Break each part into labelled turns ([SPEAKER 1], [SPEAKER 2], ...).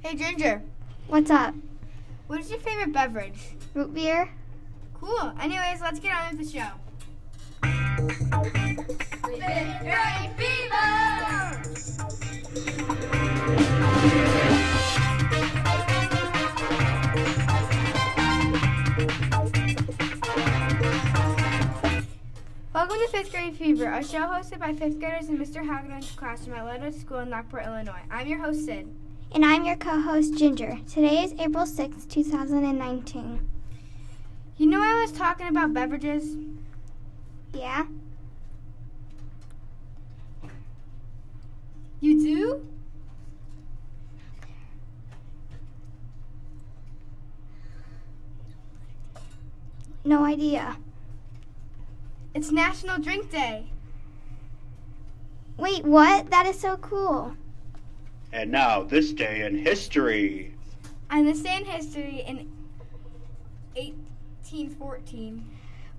[SPEAKER 1] Hey Ginger,
[SPEAKER 2] What's up?
[SPEAKER 1] what is your favorite beverage?
[SPEAKER 2] Root beer?
[SPEAKER 1] Cool. Anyways, let's get on with the show. Welcome to Fifth Grade Fever, a show hosted by fifth graders in Mr. Hagland's classroom at Ludwig School in Lockport, Illinois. I'm your host, Sid.
[SPEAKER 2] And I'm your co host, Ginger. Today is April sixth, two 2019.
[SPEAKER 1] You know, I was talking about beverages.
[SPEAKER 2] Yeah?
[SPEAKER 1] You do?
[SPEAKER 2] No idea.
[SPEAKER 1] It's National Drink Day.
[SPEAKER 2] Wait, what? That is so cool.
[SPEAKER 3] And now, this day in history.
[SPEAKER 1] On this day in history in 1814,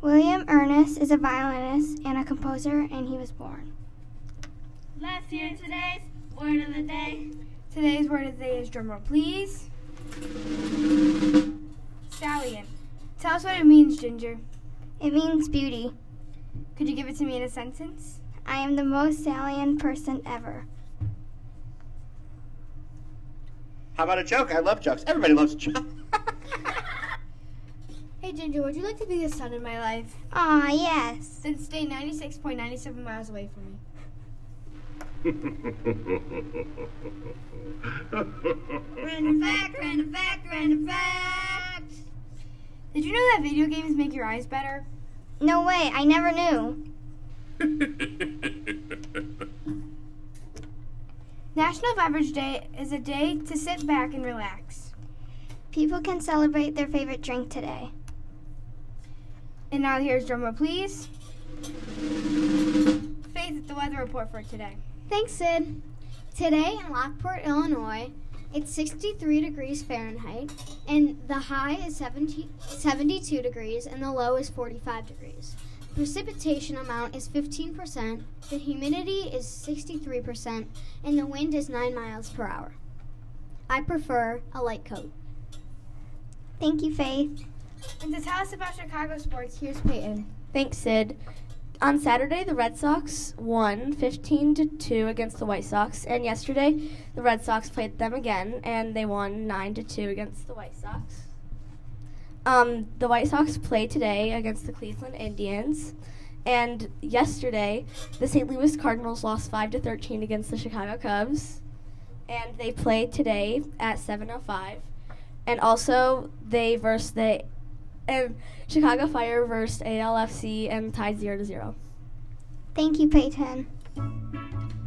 [SPEAKER 2] William Ernest is a violinist and a composer, and he was born.
[SPEAKER 4] Let's hear today's word of the day.
[SPEAKER 1] today's word of the day is drumroll, please. Stallion. Tell us what it means, Ginger.
[SPEAKER 2] It means beauty.
[SPEAKER 1] Could you give it to me in a sentence?
[SPEAKER 2] I am the most salient person ever.
[SPEAKER 3] How about a joke? I love jokes. Everybody loves jokes.
[SPEAKER 1] Hey, Ginger, would you like to be the sun in my life?
[SPEAKER 2] Ah, yes.
[SPEAKER 1] Then stay 96.97 miles away from me.
[SPEAKER 4] Random fact, random fact, random fact.
[SPEAKER 1] Did you know that video games make your eyes better?
[SPEAKER 2] No way, I never knew.
[SPEAKER 1] National Beverage Day is a day to sit back and relax.
[SPEAKER 2] People can celebrate their favorite drink today.
[SPEAKER 1] And now here's drumroll, please. Faith with the weather report for today.
[SPEAKER 5] Thanks, Sid. Today in Lockport, Illinois, it's 63 degrees Fahrenheit, and the high is 70, 72 degrees, and the low is 45 degrees. Precipitation amount is 15%, the humidity is 63%, and the wind is 9 miles per hour. I prefer a light coat.
[SPEAKER 2] Thank you, Faith.
[SPEAKER 1] And to tell us about Chicago sports, here's Peyton.
[SPEAKER 6] Thanks, Sid. On Saturday, the Red Sox won 15 to 2 against the White Sox, and yesterday, the Red Sox played them again, and they won 9 to 2 against the White Sox. Um, the White Sox play today against the Cleveland Indians, and yesterday, the St. Louis Cardinals lost 5 to 13 against the Chicago Cubs, and they play today at 7:05. And also, they verse the and Chicago Fire versus ALFC and tied 0 to 0.
[SPEAKER 2] Thank you, Peyton.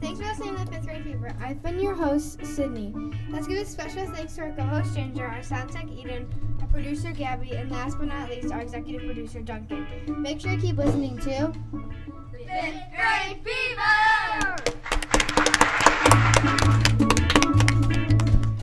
[SPEAKER 1] Thanks for listening to the Fifth Grade Fever. I've been your host, Sydney. Let's give a special thanks to our co-host Ginger, our sound tech Eden, our producer Gabby, and last but not least, our executive producer Duncan. Make sure you keep listening to
[SPEAKER 4] Fifth grade fever!